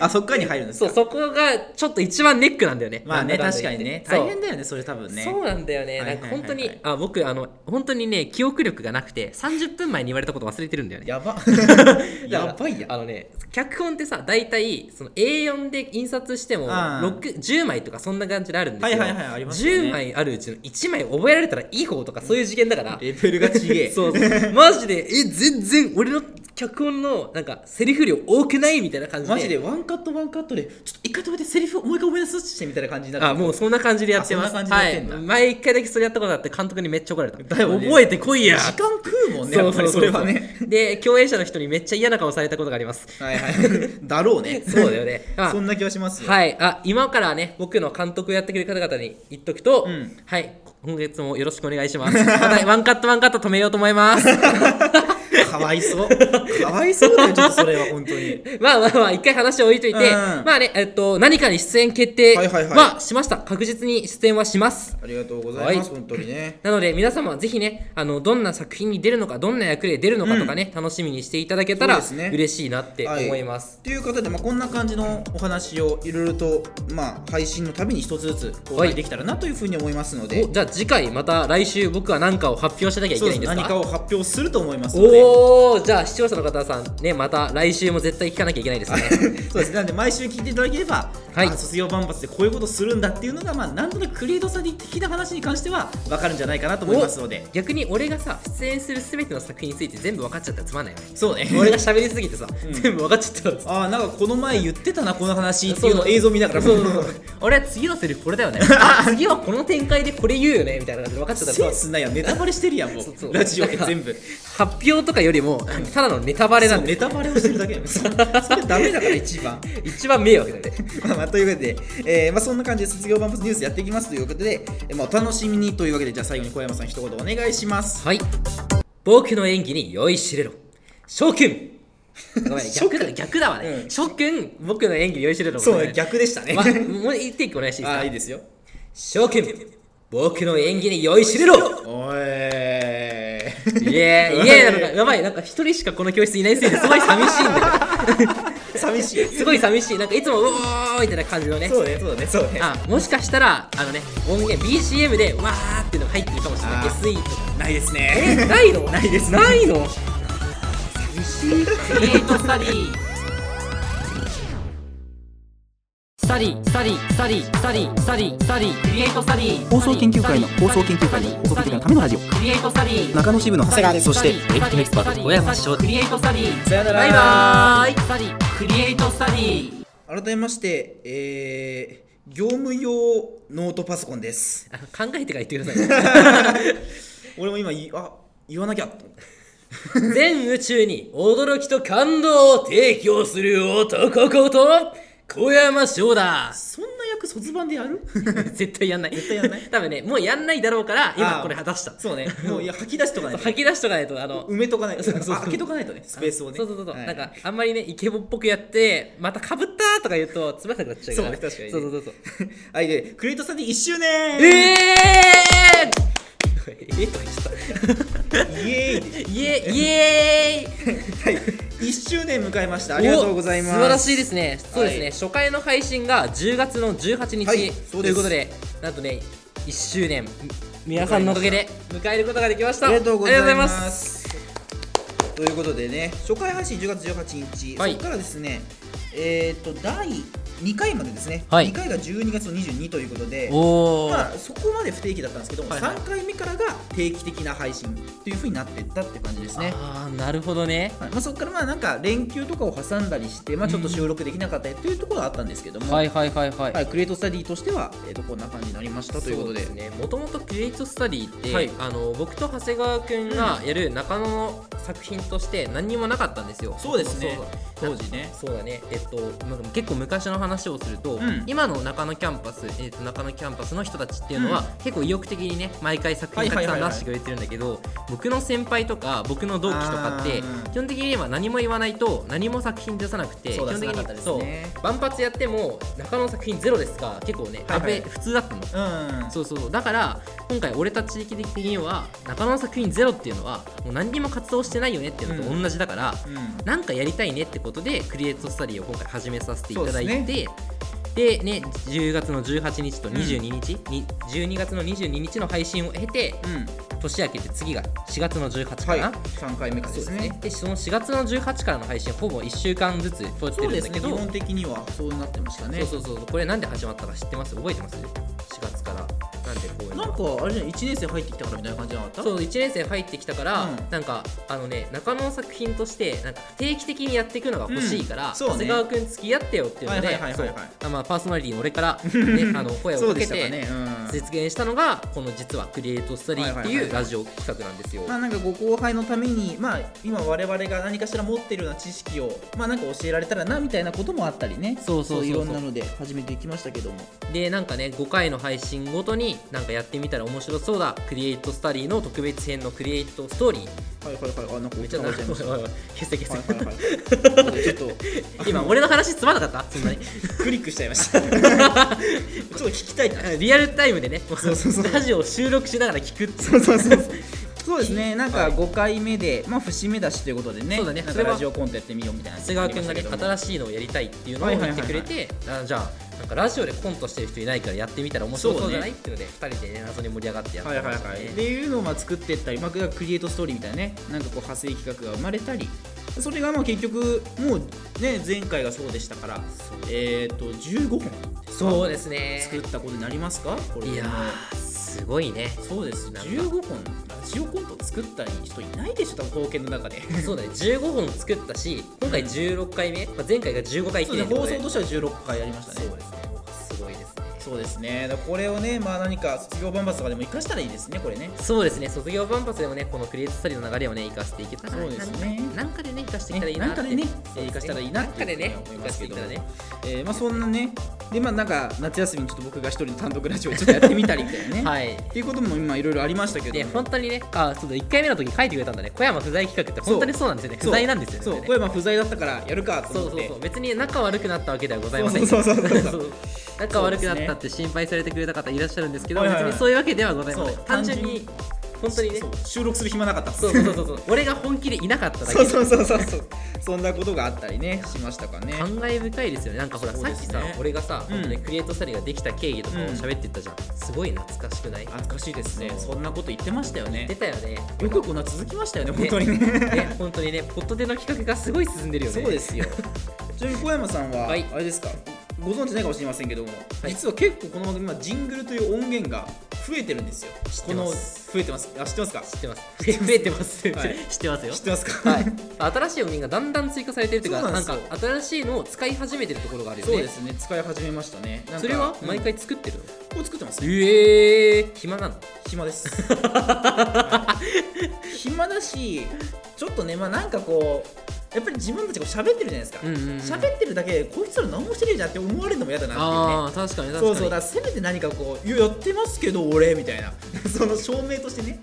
Speaker 2: あそっからに入るんです
Speaker 1: そ
Speaker 2: か
Speaker 1: うそこがちょっと一番ネックなんだよね
Speaker 2: まあね
Speaker 1: なんだ
Speaker 2: 確
Speaker 1: か
Speaker 2: か
Speaker 1: ん
Speaker 2: に
Speaker 1: だ言っ
Speaker 2: ね
Speaker 1: て
Speaker 2: 大変だよねそれ多分ね
Speaker 1: そうなんだよ
Speaker 2: は
Speaker 1: ね、
Speaker 2: いはいはいはい
Speaker 1: なんか本当に、あ僕あの、本当にね、記憶力がなくて、30分前に言われたこと忘れてるんだよね。
Speaker 2: や ば
Speaker 1: だから
Speaker 2: やばいや
Speaker 1: あのね脚本ってさ大体その A4 で印刷しても
Speaker 2: ん
Speaker 1: 六10枚とかそんな感じであるんですけど、
Speaker 2: はいはいはいありますよね
Speaker 1: 10枚あるうちの1枚覚えられたらいい方とかそういう次元だから
Speaker 2: レベルがちげえ
Speaker 1: そうそうマジでえ全然俺の脚本のなんかセリフ量多くないみたいな感じで
Speaker 2: マジでワンカットワンカットでちょっと一回止めてセリフもう一回思い出すしてみたいな感じになって
Speaker 1: あもうそんな感じでやってます
Speaker 2: あそんな感じでやってんだ
Speaker 1: はい、前一回だけそれやったことあって監督にめっちゃ怒られた、
Speaker 2: だよね
Speaker 1: 覚えてこいや
Speaker 2: 時間食うもんねやっぱりそれはね
Speaker 1: で共演者の人にめっちゃ嫌な顔されたことがあります
Speaker 2: はい はいだろう ね
Speaker 1: そうだよねまあ
Speaker 2: そんな気はしますよ
Speaker 1: はい、あ今からね、僕の監督をやってくれる方々に言っとくと、
Speaker 2: うん
Speaker 1: はい、今月もよろしくお願いします。 またワンカットワンカット止めようと思います。
Speaker 2: かわいそうかわいそうだよちょっとそれは本当に
Speaker 1: まあまあまあ、一回話を置いといて、
Speaker 2: うん
Speaker 1: まあね、えっと、何かに出演決定
Speaker 2: はいはいはい
Speaker 1: はしました。確実に出演はします。
Speaker 2: ありがとうございます
Speaker 1: は
Speaker 2: 本当にね
Speaker 1: なので皆様はぜひねあのどんな作品に出るのかどんな役で出るのかとかね、楽しみにしていただけたら
Speaker 2: そうですね
Speaker 1: 嬉しいなって思います。
Speaker 2: はということで、まあ、こんな感じのお話をいろいろと、まあ、配信のたびに一つずつお
Speaker 1: は
Speaker 2: 伝
Speaker 1: い
Speaker 2: えできたらなというふうに思いますので、
Speaker 1: おじゃあ次回また来週僕は何かを発表しなきゃいけ
Speaker 2: そう
Speaker 1: な
Speaker 2: で
Speaker 1: い
Speaker 2: す
Speaker 1: んですか
Speaker 2: 何かを発表すると思いますので。
Speaker 1: おおじゃあ視聴者の方さんねまた来週も絶対聞かなきゃいけないですね
Speaker 2: そうですなんで毎週聞いていただければ、
Speaker 1: はい
Speaker 2: あ卒業万発でこういうことするんだっていうのが、まあ、なんとなくクリエイトさん的な話に関しては分かるんじゃないかなと 思いますので
Speaker 1: お逆に俺がさ出演する全ての作品について全部分かっちゃったらつまんないよね
Speaker 2: そうね
Speaker 1: 俺が喋りすぎてさ、全部分かっちゃったら
Speaker 2: ああなんかこの前言ってたなこの話っていうのを映像見ながら
Speaker 1: そうそうそう 俺は次のセリフこれだよ ねあ次はこの展開でこれ言うよねみたいな感じで分かっちゃった
Speaker 2: セ
Speaker 1: ら
Speaker 2: ンスないやんネタバレしてるやんもう
Speaker 1: そうそう
Speaker 2: ラジオで 全部
Speaker 1: 発表とかよりもただのネタバレなん
Speaker 2: そう
Speaker 1: で
Speaker 2: ネタバレをしてるだけや んそれダメだから一番
Speaker 1: 一番迷惑だよね
Speaker 2: まあまあ、ということで、えーまあ、そんな感じで卒業万博ニュースやっていきますということで、えーまあ、お楽しみにというわけでじゃあ最後に小山さん一言お願いします。
Speaker 1: はい僕の演技に酔いしれろ翔くんごめん逆だ逆だわね
Speaker 2: うん
Speaker 1: 翔くん僕の演技に酔いしれろ
Speaker 2: そう
Speaker 1: ごめ
Speaker 2: ね
Speaker 1: ん
Speaker 2: 逆でしたね。
Speaker 1: ま、もう一テイクお願いしていい
Speaker 2: あーいい
Speaker 1: で
Speaker 2: ですよ。
Speaker 1: すか翔くん僕の演技に酔いしれろ
Speaker 2: おえー
Speaker 1: いえいえなのかやばいなんか一人しかこの教室いないせいですごい寂しいんだ
Speaker 2: 寂しい
Speaker 1: けど すごい寂しいなんかいつもうおーみたいな感じのね
Speaker 2: そうね、そうね、そうね。
Speaker 1: あもしかしたらあのね音源 BCM でわーっていうのが入ってるかもしれな
Speaker 2: あ
Speaker 1: い
Speaker 2: ー
Speaker 1: SE とか
Speaker 2: ないです
Speaker 1: え
Speaker 2: ね。
Speaker 1: ないの
Speaker 2: ないですね
Speaker 1: ないの寂しいクリエイトスタディスタディスタディスタディスタディスタディスタディクリエイトスタディ
Speaker 4: 放送研究会の放送研究会の放送研究会のためのラジオ
Speaker 1: クリエイトスタディ
Speaker 4: 中野支部の長谷川ですそして
Speaker 1: エクテクスパート小山翔クリエイトスタディ
Speaker 2: さよなら
Speaker 1: バイバーイスタディクリエイトスタディ
Speaker 2: 改めまして、えー、業務用ノートパソコンです。
Speaker 1: あ考えてから言ってくださいね
Speaker 2: 俺も今い、あ言わなきゃと思って。
Speaker 1: 全宇宙に驚きと感動を提供する男こと小山翔だ
Speaker 2: そんな役卒番でやる
Speaker 1: 絶対やんない絶
Speaker 2: 対やんない
Speaker 1: 多分ねもうやんないだろうから今
Speaker 2: あー
Speaker 1: これ果たした
Speaker 2: そうね、もういや吐き出しとかないと
Speaker 1: 吐き出しとかないとあの
Speaker 2: 埋めとかないと。
Speaker 1: そうそうそう
Speaker 2: あ開けとかないとね、スペースをね。
Speaker 1: そうそうそうそう、
Speaker 2: はい
Speaker 1: なんかあんまりねイケボっぽくやってまたかぶったとか言うとつまらなくなっちゃうから
Speaker 2: そうね確かにね
Speaker 1: そうそうそうそう
Speaker 2: はい、で、クリエイトさんで1周年
Speaker 1: ええー、ええとか言っちゃった
Speaker 2: イエーイ
Speaker 1: イエイエーイ
Speaker 2: はい、1周年迎えました。ありがとうございます。
Speaker 1: お素晴らしいですねそうですね、
Speaker 2: はい
Speaker 1: 初回の配信が10月の18日、
Speaker 2: はいそうです
Speaker 1: ということでなんとね1周年皆さんのおかげで迎えることができました
Speaker 2: ありがとうございま
Speaker 1: ありがとうございます
Speaker 2: す。ということでね、初回配信10月18日、
Speaker 1: はい
Speaker 2: そこからですね、えっ、と、第2回までですね、
Speaker 5: はい
Speaker 2: 2回が12月の22ということで、
Speaker 5: おお、
Speaker 2: まあ、そこまで不定期だったんですけども、
Speaker 5: はいはい
Speaker 2: 3回目からが定期的な配信というふうになってったって感じですね。
Speaker 5: ああなるほどね
Speaker 2: はいまあ、そこからまあなんか連休とかを挟んだりして、まあ、ちょっと収録できなかったりというところはあったんですけども、
Speaker 5: はいはいはいはい、
Speaker 2: はい、クリエイトスタディとしては、えー、とこんな感じになりましたということで
Speaker 1: そうですねもともとクリエイトスタディって、
Speaker 2: はい
Speaker 1: あの僕と長谷川くんがやる中野の作品として何にもなかったんですよ、
Speaker 2: そうですね
Speaker 1: そう
Speaker 2: 当時ね
Speaker 1: そうだねえっとなんか結構昔の話をすると、
Speaker 2: ん
Speaker 1: 今の中野キャンパス、えっと、中野キャンパスの人たちっていうのは、
Speaker 2: うん
Speaker 1: 結構意欲的にね毎回作
Speaker 2: はい
Speaker 1: 品た
Speaker 2: はいは
Speaker 1: くさ
Speaker 2: い
Speaker 1: ん
Speaker 2: はい
Speaker 1: 出してくれてるんだけど、僕の先輩とか僕の同期とかって
Speaker 2: あー
Speaker 1: 基本的に言えば何も言わないと何も作品出さなくて
Speaker 2: そう
Speaker 1: 基本的
Speaker 2: 出さなかった
Speaker 1: に
Speaker 2: です
Speaker 1: そう
Speaker 2: ね
Speaker 1: 万発やっても中野の作品ゼロですか結構ね、
Speaker 2: はいはい
Speaker 1: やっぱり普通だったの。
Speaker 2: うん
Speaker 1: そうそうそうだから今回俺たち的には中野の作品ゼロっていうのはもう何にも活動してないよねっていうのと同じだから、
Speaker 2: うん
Speaker 1: なんかやりたいねってことでクリエイトスタディを今回始めさせていただい
Speaker 2: そ
Speaker 1: て
Speaker 2: う
Speaker 1: で,、ね10月の18日と22日、に12月の22日の配信を経て
Speaker 2: うん
Speaker 1: 年明けて次が4月の18か
Speaker 2: はい、
Speaker 1: な、
Speaker 2: 3回目か
Speaker 1: そう
Speaker 2: で
Speaker 1: ですす
Speaker 2: ね
Speaker 1: ね。でその4月の18からの配信ほぼ1週間ずつ撮って
Speaker 2: そう
Speaker 1: る
Speaker 2: で
Speaker 1: ん
Speaker 2: す
Speaker 1: だ
Speaker 2: ね、
Speaker 1: け
Speaker 2: 基
Speaker 1: ど
Speaker 2: 本的にはそうなってましたね。
Speaker 1: そうそうそうこれなんで始まったか知ってます覚えてます4月からなんでこういうの
Speaker 2: なんか、あれじゃない、1年生入ってきたからみたいな感じじゃなかった
Speaker 1: そう1年生入ってきたから、
Speaker 2: うん
Speaker 1: なんかあのね中野の作品としてなんか定期的にやっていくのが欲しいから、
Speaker 2: うんそうね
Speaker 1: 長谷川君付き合ってよっていうので
Speaker 2: はいはいはいはいはい
Speaker 1: そうあまあパーソナリティの俺から、 ね、あの声を
Speaker 2: そう
Speaker 1: か
Speaker 2: で
Speaker 1: け
Speaker 2: したか
Speaker 1: て、
Speaker 2: ね。うん
Speaker 1: 実現したのがこの実は「クリエイトスタディ」って
Speaker 2: はいはいはい
Speaker 1: い
Speaker 2: はいう
Speaker 1: ラジオ企画なんですよ。
Speaker 2: まあ、なんかご後輩のために、まあ、今我々が何かしら持ってるような知識を、まあ、なんか教えられたらなみたいなこともあったりね
Speaker 1: そうそうそうそう
Speaker 2: いろんなので始めていきましたけども
Speaker 1: でなんかね5回の配信ごとになんかやってみたら面白そうだ「クリエイトスタディ」の特別編の「クリエイトストーリー
Speaker 2: はいはいはいあなんか」
Speaker 1: めっちゃ
Speaker 2: な
Speaker 1: 長い
Speaker 2: ましたは
Speaker 1: 消せ消せ、
Speaker 2: いはいはいちょっ
Speaker 1: 今俺の話つまんなかったそんなに
Speaker 2: とクリックしちゃいましたちょっと聞きたいな
Speaker 1: リアルタイムでね、
Speaker 2: うそうそう
Speaker 1: ラジオを収録しながら聞くっていう
Speaker 2: そうそうそうそうですねなんか5回目で、まあ、節目だしということでね
Speaker 1: そうだね
Speaker 2: なん
Speaker 1: そ
Speaker 2: か
Speaker 1: れは
Speaker 2: ラジオコントやってみようみたいな
Speaker 1: 長谷川君がね、
Speaker 2: し
Speaker 1: 新しいのをやりたいっていうのを
Speaker 2: はいはい
Speaker 1: 言
Speaker 2: は
Speaker 1: っ
Speaker 2: い
Speaker 1: て
Speaker 2: はい
Speaker 1: くれて、あじゃあ、なんかラジオでコントしてる人いないからやってみたら面白そうじゃない、っていうので、2人でね、謎に盛り上がってやって
Speaker 2: はいはい
Speaker 1: ま
Speaker 2: は
Speaker 1: したね。
Speaker 2: いっていうのをまあ作っていったり、まあ、クリエイトストーリーみたいなねなんかこう派生企画が生まれたりそれがまあ結局もうね前回がそうでしたからえっ、と15本
Speaker 1: そうですね。
Speaker 2: 作ったことになりますかこれ
Speaker 1: いやー、すごいね。
Speaker 2: そうです
Speaker 1: なんか
Speaker 2: 15本ラジオコント作った人いないでしょ多分貢献の中で
Speaker 1: そうだね、15本作ったし、今回16回目、まあ、前回が15回
Speaker 2: そ
Speaker 1: 記
Speaker 2: うで
Speaker 1: 念
Speaker 2: すね
Speaker 1: というこ
Speaker 2: 放
Speaker 1: とで
Speaker 2: 送としては16回やりましたね
Speaker 1: そうですね、すごいですね。
Speaker 2: そうですねだからこれをねまあ何か卒業万博とかでも生かしたらいいですねこれね
Speaker 1: そうですね、卒業万博でもね、このクリエイトスタディの流れをね、生かしていけたら、
Speaker 2: そうですね
Speaker 1: なんかなんかでね、生かしていけたらいい
Speaker 2: な
Speaker 1: なんって。
Speaker 2: かでね
Speaker 1: そう
Speaker 2: 生
Speaker 1: です
Speaker 2: かしたらいいなっていうふうに
Speaker 1: なんか
Speaker 2: 思
Speaker 1: で
Speaker 2: いま
Speaker 1: ね、生か
Speaker 2: す
Speaker 1: して
Speaker 2: け
Speaker 1: いけ
Speaker 2: ど
Speaker 1: たらね。
Speaker 2: えーまあそんなねでまあなんか夏休みにちょっと僕が一人の単独ラジオをちょっとやってみたりみたいなね、
Speaker 1: はい。
Speaker 2: っていうことも今いろいろありましたけど
Speaker 1: で、
Speaker 2: も
Speaker 1: 本当にね、あ、そうだ、1回目の時書いてくれたんだね。小山不在企画って本当にそうなんですよね。不在なんですよね。
Speaker 2: そう
Speaker 1: こ
Speaker 2: 小
Speaker 1: れね
Speaker 2: 山不在だったからやるかと
Speaker 1: そう
Speaker 2: 思っ
Speaker 1: そう
Speaker 2: て
Speaker 1: そう。別に仲悪くなったわけではございませんけ
Speaker 2: そう
Speaker 1: ど。
Speaker 2: そうそ うそうそう
Speaker 1: 仲悪くなったって心配されてくれた方いらっしゃるんですけど、
Speaker 2: はい
Speaker 1: 別
Speaker 2: はいはい
Speaker 1: にそういうわけではございませ。
Speaker 2: そうん
Speaker 1: 単純に、本当にね
Speaker 2: そ、う収録する暇なかったっす
Speaker 1: そうそうそうそうそう。俺が本気でいなかっただけ
Speaker 2: そう
Speaker 1: で。
Speaker 2: そうそうそうそうそんなことがあったりねしましたかね
Speaker 1: 感慨深いですよねなんかほら、
Speaker 2: そう
Speaker 1: さ
Speaker 2: で
Speaker 1: っき
Speaker 2: すね
Speaker 1: さ俺がさ、
Speaker 2: うん
Speaker 1: 本当にクリエイトスタディができた経緯とかを喋ってったじゃん、すごい懐かしくない
Speaker 2: 懐かしいですね
Speaker 1: そう
Speaker 2: そんなこと言ってましたよね
Speaker 1: 出たよね
Speaker 2: よくこんな続きましたよね本当にね
Speaker 1: ね本当にねポットでの企画がすごい進んでるよね
Speaker 2: そうですよちなみに小山さんは、
Speaker 1: はい
Speaker 2: あれですかご存知ないかもしれませんけども、実は結構この番組今ジングルという音源が増えてるんですよ知
Speaker 1: ってます
Speaker 2: この増えてますあ知ってますか
Speaker 1: 知ってます増えてます、
Speaker 2: はい
Speaker 1: 知ってますよ
Speaker 2: 知ってますか、
Speaker 1: はい、新しい音源がだんだん追加されてるっていうか
Speaker 2: そうな
Speaker 1: なんん
Speaker 2: ですよ
Speaker 1: か新しいのを使い始めてるところがあるよ ね
Speaker 2: そうですね使い始めましたねなんか
Speaker 1: それは毎
Speaker 2: うん
Speaker 1: 回作ってるの、
Speaker 2: これ作ってます
Speaker 1: ええー、暇なの
Speaker 2: 暇です はい暇だしちょっとねまあなんかこうやっぱり自分たちが喋ってるじゃないですか
Speaker 1: うんうんうん
Speaker 2: 喋、ってるだけでこいつら何もしてねえじゃんって思われるのも嫌だなっていうね
Speaker 1: あー確かに確かに
Speaker 2: そうそうだからせめて何かこういややってますけど俺みたいな その証明としてね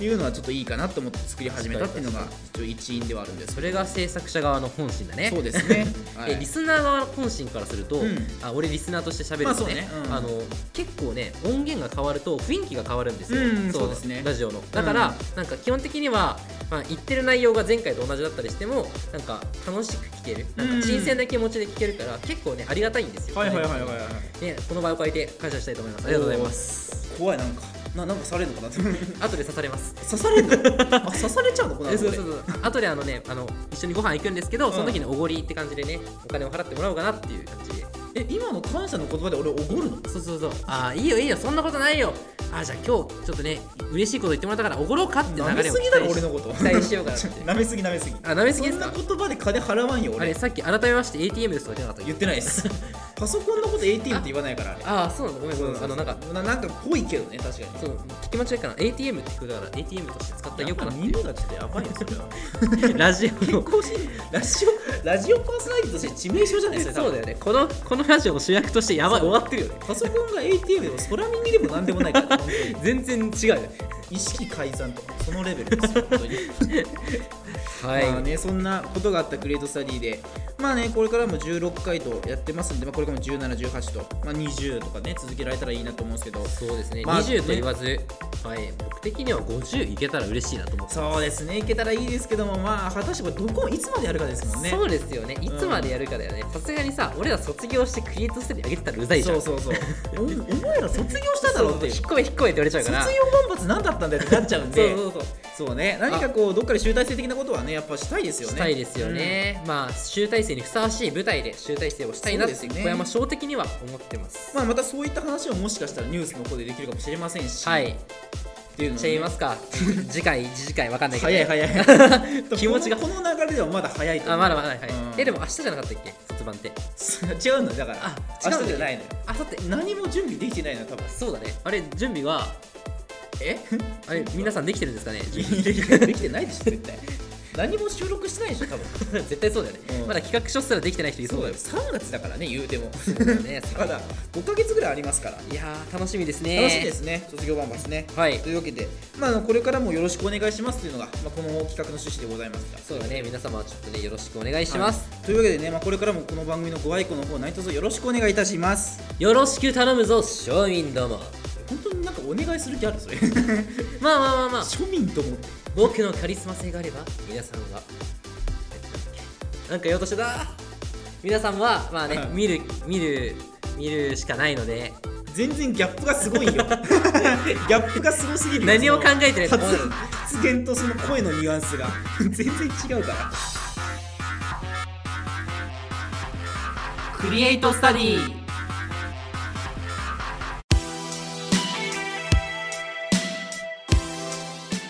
Speaker 2: いうのはちょっといいかなと思って作り始めたっていうのが一応一因ではあるんです
Speaker 1: それが制作者側の本心だね
Speaker 2: そうです ね、は
Speaker 1: えリスナー側の本心からすると、
Speaker 2: うん
Speaker 1: あ俺リスナーとして喋る
Speaker 2: まあ
Speaker 1: とね,、
Speaker 2: そうねうん
Speaker 1: あの結構ね音源が変わると雰囲気が変わるんですよ、
Speaker 2: うんそうですね
Speaker 1: ラジオのだから、なんか基本的には、まあ、言ってる内容が前回と同じだったりしてもなんか楽しく聞けるなんか新鮮な気持ちで聞けるから、結構ねありがたいんですよ、
Speaker 2: はいはいはいはいはい
Speaker 1: ね、この場を借りて感謝したいと思いますありがとうございます
Speaker 2: す怖いなんかななんかされるのかなと刺
Speaker 1: 後で刺されます
Speaker 2: される のあ刺されちゃうのこの
Speaker 1: えそう
Speaker 2: 後
Speaker 1: そ
Speaker 2: で
Speaker 1: うそう後であのねあの一緒にご飯行くんですけど、
Speaker 2: ん
Speaker 1: その時におごりって感じでねお金を払ってもらおうかなっていう感じで
Speaker 2: え今の感謝の言葉で俺おごるの
Speaker 1: そうそうそうああいいよいいよそんなことないよああじゃあ今日ちょっとね嬉しいこと言ってもらったからおごろうかって流
Speaker 2: 舐
Speaker 1: れを
Speaker 2: めすぎだろ俺のこと
Speaker 1: 期待しようかなって
Speaker 2: 舐めすぎ舐めすぎ
Speaker 1: あ舐めすぎで
Speaker 2: そ
Speaker 1: す
Speaker 2: んな
Speaker 1: か
Speaker 2: 言葉で金払わんよ
Speaker 1: あれ
Speaker 2: 俺
Speaker 1: さっき改めまして ATM ですとか言ってなかった
Speaker 2: 言ってないですパソコンのこと ATM って言わないからあれ
Speaker 1: ああそうなんだごめんごめんあのなんか
Speaker 2: ななんかぽいけどね確かに
Speaker 1: そう聞き間違いかな ATM って聞くだから ATM として使ってあげようかなってい
Speaker 2: 耳がちょっとやばいよそれは
Speaker 1: うラジオの
Speaker 2: 更新ラジオラジオパーソナリティとして致命傷じゃないですか
Speaker 1: そうだよねこのこのラジオの主役としてやばい終わってるよね
Speaker 2: パソコンが ATM でも空耳でも何でもないから、本当に
Speaker 1: 全然違うよね
Speaker 2: 意識改ざんとかそのレベルですよ本当に
Speaker 1: はい、
Speaker 2: まあねそんなことがあったグレートスタディでまあねこれからも16回とやってますんで、まあ、これからも1718と、まあ、20とかね続けられたらいいなと思うんですけど
Speaker 1: そうですね、
Speaker 2: まあ
Speaker 1: 20と言わず、はい、僕的には50いけたら嬉しいなと思って
Speaker 2: そうですねいけたらいいですけどもまあ果たしてこれどこいつまでやるかですもんね
Speaker 1: そうですよねいつまでやるかだよねさすがにさ俺ら卒業してクリエイトステージ上げてたらうざいじゃ
Speaker 2: そ
Speaker 1: ん
Speaker 2: うそうそうおお前ら卒業しただろうっていう
Speaker 1: 引っ
Speaker 2: 卒
Speaker 1: 込め引っ込めって言われちゃうから
Speaker 2: 業万発何だったんだよってなっちゃうんで
Speaker 1: そうそうそう
Speaker 2: そうね何かこうどっかで集大成的なことはねやっぱしたいですよね
Speaker 1: したいですよね、まあ集大成にふさわしい舞台で集大成をしたいなって
Speaker 2: そうですね
Speaker 1: 小山翔的には思ってます
Speaker 2: まあ、またそういった話をもしかしたらニュースの方でできるかもしれませんし、
Speaker 1: はい
Speaker 2: っていうのも
Speaker 1: し
Speaker 2: ね
Speaker 1: ちゃいますか次回次回わかんないけど
Speaker 2: 早い早 い
Speaker 1: 気持ちが
Speaker 2: このこの流れではまだ早いと思う
Speaker 1: あまだまだはい、
Speaker 2: うん
Speaker 1: えでも明日じゃなかったっけ卒番って
Speaker 2: 違うのだから
Speaker 1: あ
Speaker 2: 明
Speaker 1: 違うんだ
Speaker 2: 日じゃないのよ
Speaker 1: あさって
Speaker 2: 何も準備できてないの多 分
Speaker 1: そうだねあれ準備は
Speaker 2: え
Speaker 1: あれ皆さんできてるんですかね準備
Speaker 2: できてできてないでしょ絶対何も収録してないでしょ多分
Speaker 1: 絶対そうだよね、
Speaker 2: うん
Speaker 1: まだ企画書すらできてない人いそうだよ
Speaker 2: 3月だからね言うても
Speaker 1: ね
Speaker 2: まだ5ヶ月ぐらいありますから
Speaker 1: いやー楽しみですね
Speaker 2: 楽しいですね、卒業万博ね、
Speaker 1: はい
Speaker 2: というわけで、まああの、これからもよろしくお願いしますというのが、まあ、この企画の趣旨でございますが
Speaker 1: そうだね皆様はちょっとねよろしくお願いします、
Speaker 2: はいというわけでね、まあ、これからもこの番組のご愛顧の方何卒よろしくお願いいたします
Speaker 1: よろしく頼むぞ庶民ども
Speaker 2: 本当になんかお願いする気あるそれ
Speaker 1: まあまあまあまあ
Speaker 2: 庶民と思って
Speaker 1: 僕のカリスマ性があれば皆さんはえなんか言おうとしてた皆さんはまあね
Speaker 2: はい
Speaker 1: 見る見る見るしかないので
Speaker 2: 全然ギャップがす ごいよギャップがすごすぎるよ
Speaker 1: 何を考えてる
Speaker 2: その
Speaker 1: やつ
Speaker 2: 発発言とその声のニュアンスが全然違うから
Speaker 6: クリエイトスタディ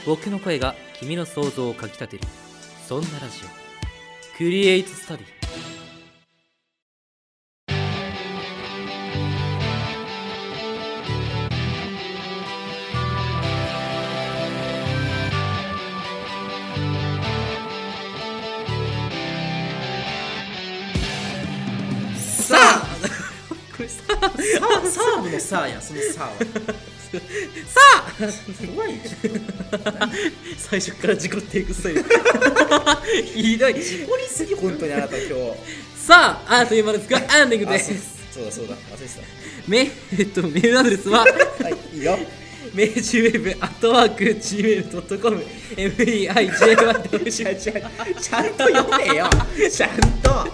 Speaker 6: 僕の声が君の想像をかきたてるそんなラジオクリエイトスタディ
Speaker 2: さあさあサーブのさあやんそのさあは
Speaker 1: さあ
Speaker 2: 怖いよちょっと
Speaker 1: 最初から事故っていくスタイルひどい
Speaker 2: 怒りすぎ本当にあなた今日
Speaker 1: さああっという間ですがエンディング
Speaker 2: あ
Speaker 1: で
Speaker 2: そう
Speaker 1: す
Speaker 2: そうだそうだ忘れて
Speaker 1: メえっとメールアドレスは
Speaker 2: たはいいいよ
Speaker 1: メージウェブアットワーク Gmail.com MEIJY
Speaker 2: ちゃちゃんと読めよちゃんと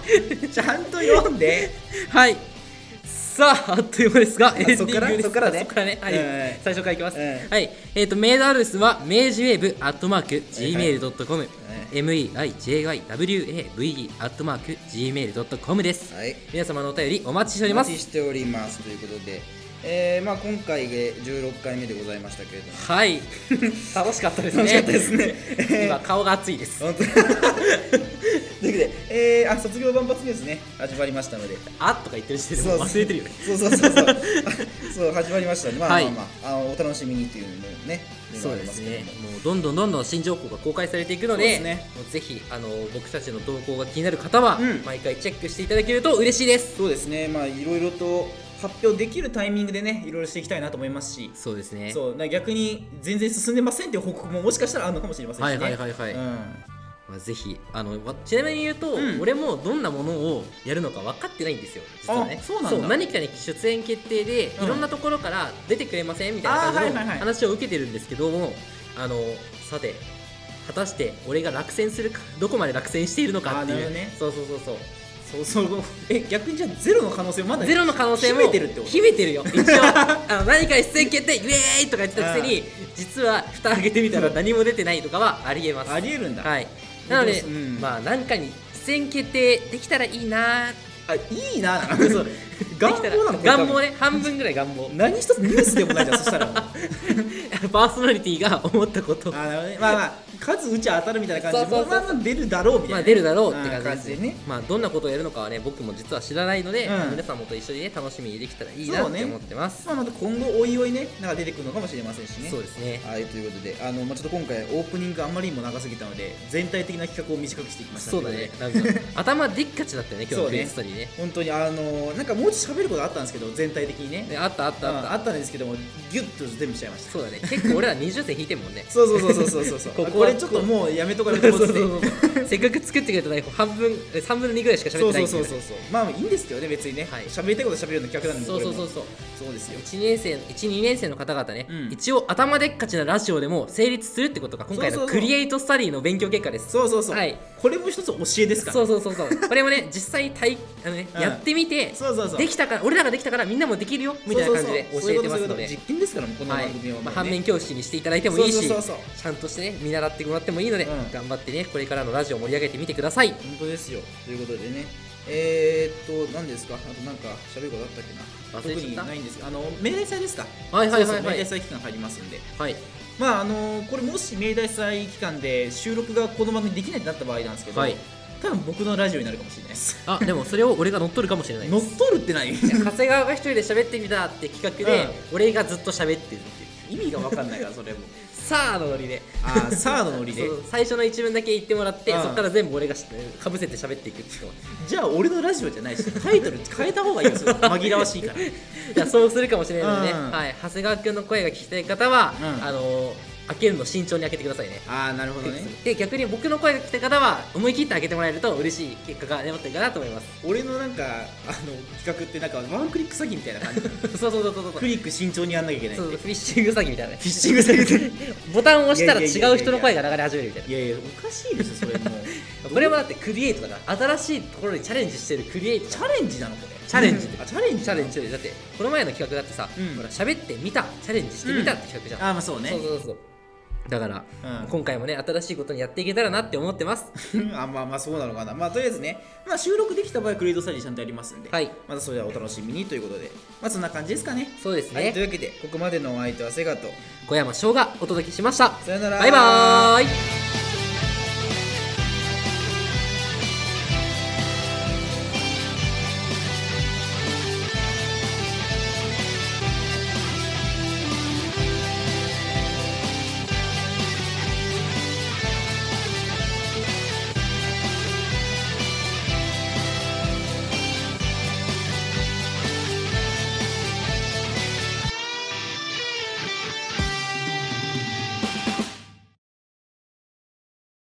Speaker 2: ちゃんと読んで
Speaker 1: はいさああっという間ですがエンディングです
Speaker 2: そっから
Speaker 1: あ
Speaker 2: ね
Speaker 1: そっからねはい、
Speaker 2: うん
Speaker 1: 最初からいきます、
Speaker 2: うん
Speaker 1: はいえっ、とメールアドレスはメージウェブアットマーク Gmail.com
Speaker 2: い
Speaker 1: MEIJYWAVE アットマーク Gmail.com です、
Speaker 2: はい
Speaker 1: 皆様のお便りお待ちしており
Speaker 2: お
Speaker 1: ま
Speaker 2: 待
Speaker 1: す
Speaker 2: ちしておりますということで、えーまあ、今回で16回目でございましたけれども
Speaker 1: はい楽しかったですね
Speaker 2: 楽しかったですね
Speaker 1: 今顔が熱いです
Speaker 2: 本当にというわけで、えーあ卒業万発ニュースね始まりましたので
Speaker 1: あっとか言ってる時点でもう忘れてるよね
Speaker 2: そうそうそうそうあそう始まりましたねまあま
Speaker 1: は
Speaker 2: あ
Speaker 1: い
Speaker 2: まあ,、あのお楽しみにっていうのもね
Speaker 1: そうですね
Speaker 2: 願いますけども、
Speaker 1: もうどんどんどんどん新情報が公開されていくの
Speaker 2: そうで
Speaker 1: で、
Speaker 2: すね
Speaker 1: もうぜひあの僕たちの動向が気になる方は、
Speaker 2: うん
Speaker 1: 毎回チェックしていただけると嬉しいです。
Speaker 2: そうですねまあいろいろと発表できるタイミングでねいろいろしていきたいなと思いますし
Speaker 1: そうですね。
Speaker 2: そうな逆に全然進んでませんっていう報告ももしかしたらあるのかもしれませんし、ね、
Speaker 1: はいはいはいはい
Speaker 2: うん
Speaker 1: まあぜひあのわちなみに言うと、
Speaker 2: うん
Speaker 1: 俺もどんなものをやるのか分かってないんですよ。実はね。
Speaker 2: あそうなんだ
Speaker 1: 何かに出演決定で、
Speaker 2: うん
Speaker 1: いろんなところから出てくれませんみたいな
Speaker 2: あ
Speaker 1: 感
Speaker 2: ー
Speaker 1: じ
Speaker 2: はい
Speaker 1: の
Speaker 2: はいはい
Speaker 1: 話を受けてるんですけども、あのさて。果たして俺が落選するかどこまで落選しているのかって
Speaker 2: あーないる
Speaker 1: う
Speaker 2: ほどね
Speaker 1: そうそうそうそう
Speaker 2: そうそうえ秘めてるってこと逆にじゃあゼロの可能性まだ
Speaker 1: ゼロの可能性も
Speaker 2: 秘めてるってこと
Speaker 1: 秘めてる よ一応あの何かに出演決定イエーイとか言ってたくせに実は蓋開けてみたら何も出てないとかはありえます
Speaker 2: ありえるんだ、
Speaker 1: はいなので、
Speaker 2: うん
Speaker 1: まあ何かに出演決定できたらいいなー
Speaker 2: あいい なそう願望なのこれ多分
Speaker 1: 願望ね半分ぐらい願望
Speaker 2: 何一つニュースでもないじゃんそした らもうあ
Speaker 1: パーソナリティが思ったこと
Speaker 2: なるほどねまあまあ数打ちゃ当たるみたいな感じで
Speaker 1: そうそうそう
Speaker 2: まあまあ出るだろうみたいな
Speaker 1: ま
Speaker 2: ね
Speaker 1: あ出るだろうって
Speaker 2: ん
Speaker 1: 感じ
Speaker 2: で
Speaker 1: です
Speaker 2: ね
Speaker 1: ねまあどんなことをやるのかはね僕も実は知らないので、
Speaker 2: うん
Speaker 1: 皆さんもと一緒にね楽しみにできたらいいな
Speaker 2: そ
Speaker 1: っ
Speaker 2: うね
Speaker 1: て思ってます
Speaker 2: まあまた今後おいおいねなんか出てくるのかもしれませんしね
Speaker 1: そうですね
Speaker 2: はいということであの、まあ、ちょっと今回オープニングあんまりにも長すぎたので全体的な企画を短くしていきました
Speaker 1: そうだねなんか頭でっかちだったよね今日
Speaker 2: そ
Speaker 1: の
Speaker 2: う
Speaker 1: ク
Speaker 2: ね
Speaker 1: イズストーリーね
Speaker 2: 本当にあのなんかもうちょっと喋ることあったんですけど全体的にね
Speaker 1: ねあったあったあっ
Speaker 2: うん
Speaker 1: た、
Speaker 2: あったんですけどもギュッと全部しちゃいました
Speaker 1: そうだね結構俺ら20点引いてるもんね
Speaker 2: そうそうそうそうそうそう
Speaker 1: ここは
Speaker 2: あこれちょっともうやめとか
Speaker 1: そ
Speaker 2: な
Speaker 1: う
Speaker 2: いと
Speaker 1: そう
Speaker 2: 思
Speaker 1: そ
Speaker 2: って
Speaker 1: う
Speaker 2: て
Speaker 1: そうせっかく作ってくれた台本半分え3分の2ぐらいしか
Speaker 2: そ
Speaker 1: 喋っ
Speaker 2: う
Speaker 1: て
Speaker 2: そう
Speaker 1: ないんだけ
Speaker 2: そう
Speaker 1: どね
Speaker 2: そうそうまあいいんですけどね別にね
Speaker 1: はい
Speaker 2: 喋、りたいこと喋るような企画なんで
Speaker 1: そうそうそう
Speaker 2: こ
Speaker 1: そう
Speaker 2: れもそうですよ
Speaker 1: 1年生1、2年生の方々ね、
Speaker 2: うん
Speaker 1: 一応頭でっかちなラジオでも成立するってことが今回
Speaker 2: そうそ
Speaker 1: の
Speaker 2: うそう
Speaker 1: クリエイトスタディの勉強結果です。
Speaker 2: そうそうそう、
Speaker 1: はい
Speaker 2: これも一つ教えですから
Speaker 1: そうそうそうそう。これもね、実際体あのね、
Speaker 2: うん
Speaker 1: やってみて、
Speaker 2: そうそうそう
Speaker 1: できたから、俺らができたからみんなもできるよみたいな感じで
Speaker 2: そう
Speaker 1: 教
Speaker 2: そうそうそういう
Speaker 1: え
Speaker 2: こと
Speaker 1: てま
Speaker 2: そ
Speaker 1: す
Speaker 2: ういうこ
Speaker 1: の
Speaker 2: と
Speaker 1: で、
Speaker 2: 実験ですからもうこの
Speaker 1: はい
Speaker 2: 番組はもうね、
Speaker 1: まあ、反面教師にしていただいてもいいし、
Speaker 2: そうそうそうそう
Speaker 1: ちゃんとしてね、見習ってもらってもいいので、
Speaker 2: うん
Speaker 1: 頑張ってね、これからのラジオ盛り上げてみてください。
Speaker 2: 本当ですよということでねえー、っと何ですかあとなんか喋ることあったっけな
Speaker 1: 忘れちゃっ
Speaker 2: 特
Speaker 1: た
Speaker 2: にないんですけどあの明大祭ですか
Speaker 1: はいはいはいはい
Speaker 2: そうそう明大祭期間入りますんで
Speaker 1: はい。
Speaker 2: まああのこれもし明大祭期間で収録がこの番組できないってなった場合なんですけど、
Speaker 1: はい
Speaker 2: 多分僕のラジオになるかもしれないです
Speaker 1: あ、でもそれを俺が乗っ取るかもしれない
Speaker 2: 乗っ取るってない意
Speaker 1: 長谷川が一人で喋ってみたって企画で、
Speaker 2: うん
Speaker 1: 俺がずっと喋ってるっていう。
Speaker 2: 味が分かんないからそれも
Speaker 1: さあのノリで。
Speaker 2: ああサードのノリで
Speaker 1: そう最初の一文だけ言ってもらって、
Speaker 2: うん
Speaker 1: そこから全部俺がしかぶせて喋っていくっていうの
Speaker 2: じゃあ俺のラジオじゃないしタイトル変えた方がいいよそ れ紛らわしいから
Speaker 1: いやそうするかもしれないのでね、
Speaker 2: うん
Speaker 1: はい、長谷川君の声が聞きたい方は、
Speaker 2: うん
Speaker 1: あのー開けるの慎重に開けてくださいね
Speaker 2: ああなるほどね
Speaker 1: で逆に僕の声が聞きたい方は思い切って開けてもらえると嬉しい結果が出待ってるかなと思います
Speaker 2: 俺のなんかあの企画ってなんかワンクリック詐欺みたいな感じ
Speaker 1: そうそうそうそうそう
Speaker 2: クリック慎重にやんなきゃいけない
Speaker 1: そ
Speaker 2: ん
Speaker 1: う
Speaker 2: で
Speaker 1: フィッシング詐欺みたいなね
Speaker 2: フィッシング詐欺で
Speaker 1: ボタンを押したら
Speaker 2: いやいやいやい
Speaker 1: 違
Speaker 2: や
Speaker 1: う人の声が流れ始めるみたいない
Speaker 2: や いやおかしいでしょそれ もう
Speaker 1: これはだってクリエイトだから新しいところにチャレンジしてるクリエイト
Speaker 2: チャレンジなのこれ
Speaker 1: チャレンジ
Speaker 2: あチャレンジ
Speaker 1: チャレンジしてるだってこの前の企画だってさ、
Speaker 2: うん
Speaker 1: ほら喋ってみたチャレンジしてみたって企画じゃん、
Speaker 2: ああまあそうね
Speaker 1: そうそうそうだから、
Speaker 2: うん
Speaker 1: 今回もね新しいことにやっていけたらなって思ってます
Speaker 2: あまあまあそうなのかなまあとりあえずね、まあ、収録できた場合クレイドスタディちゃんとやりますんで、
Speaker 1: はい
Speaker 2: またそれはお楽しみにということでまあそんな感じですかね
Speaker 1: そうですね
Speaker 2: はい、というわけでここまでのお相手はセガと
Speaker 1: 小山翔がお届けしました
Speaker 2: さよなら
Speaker 1: バイバーイ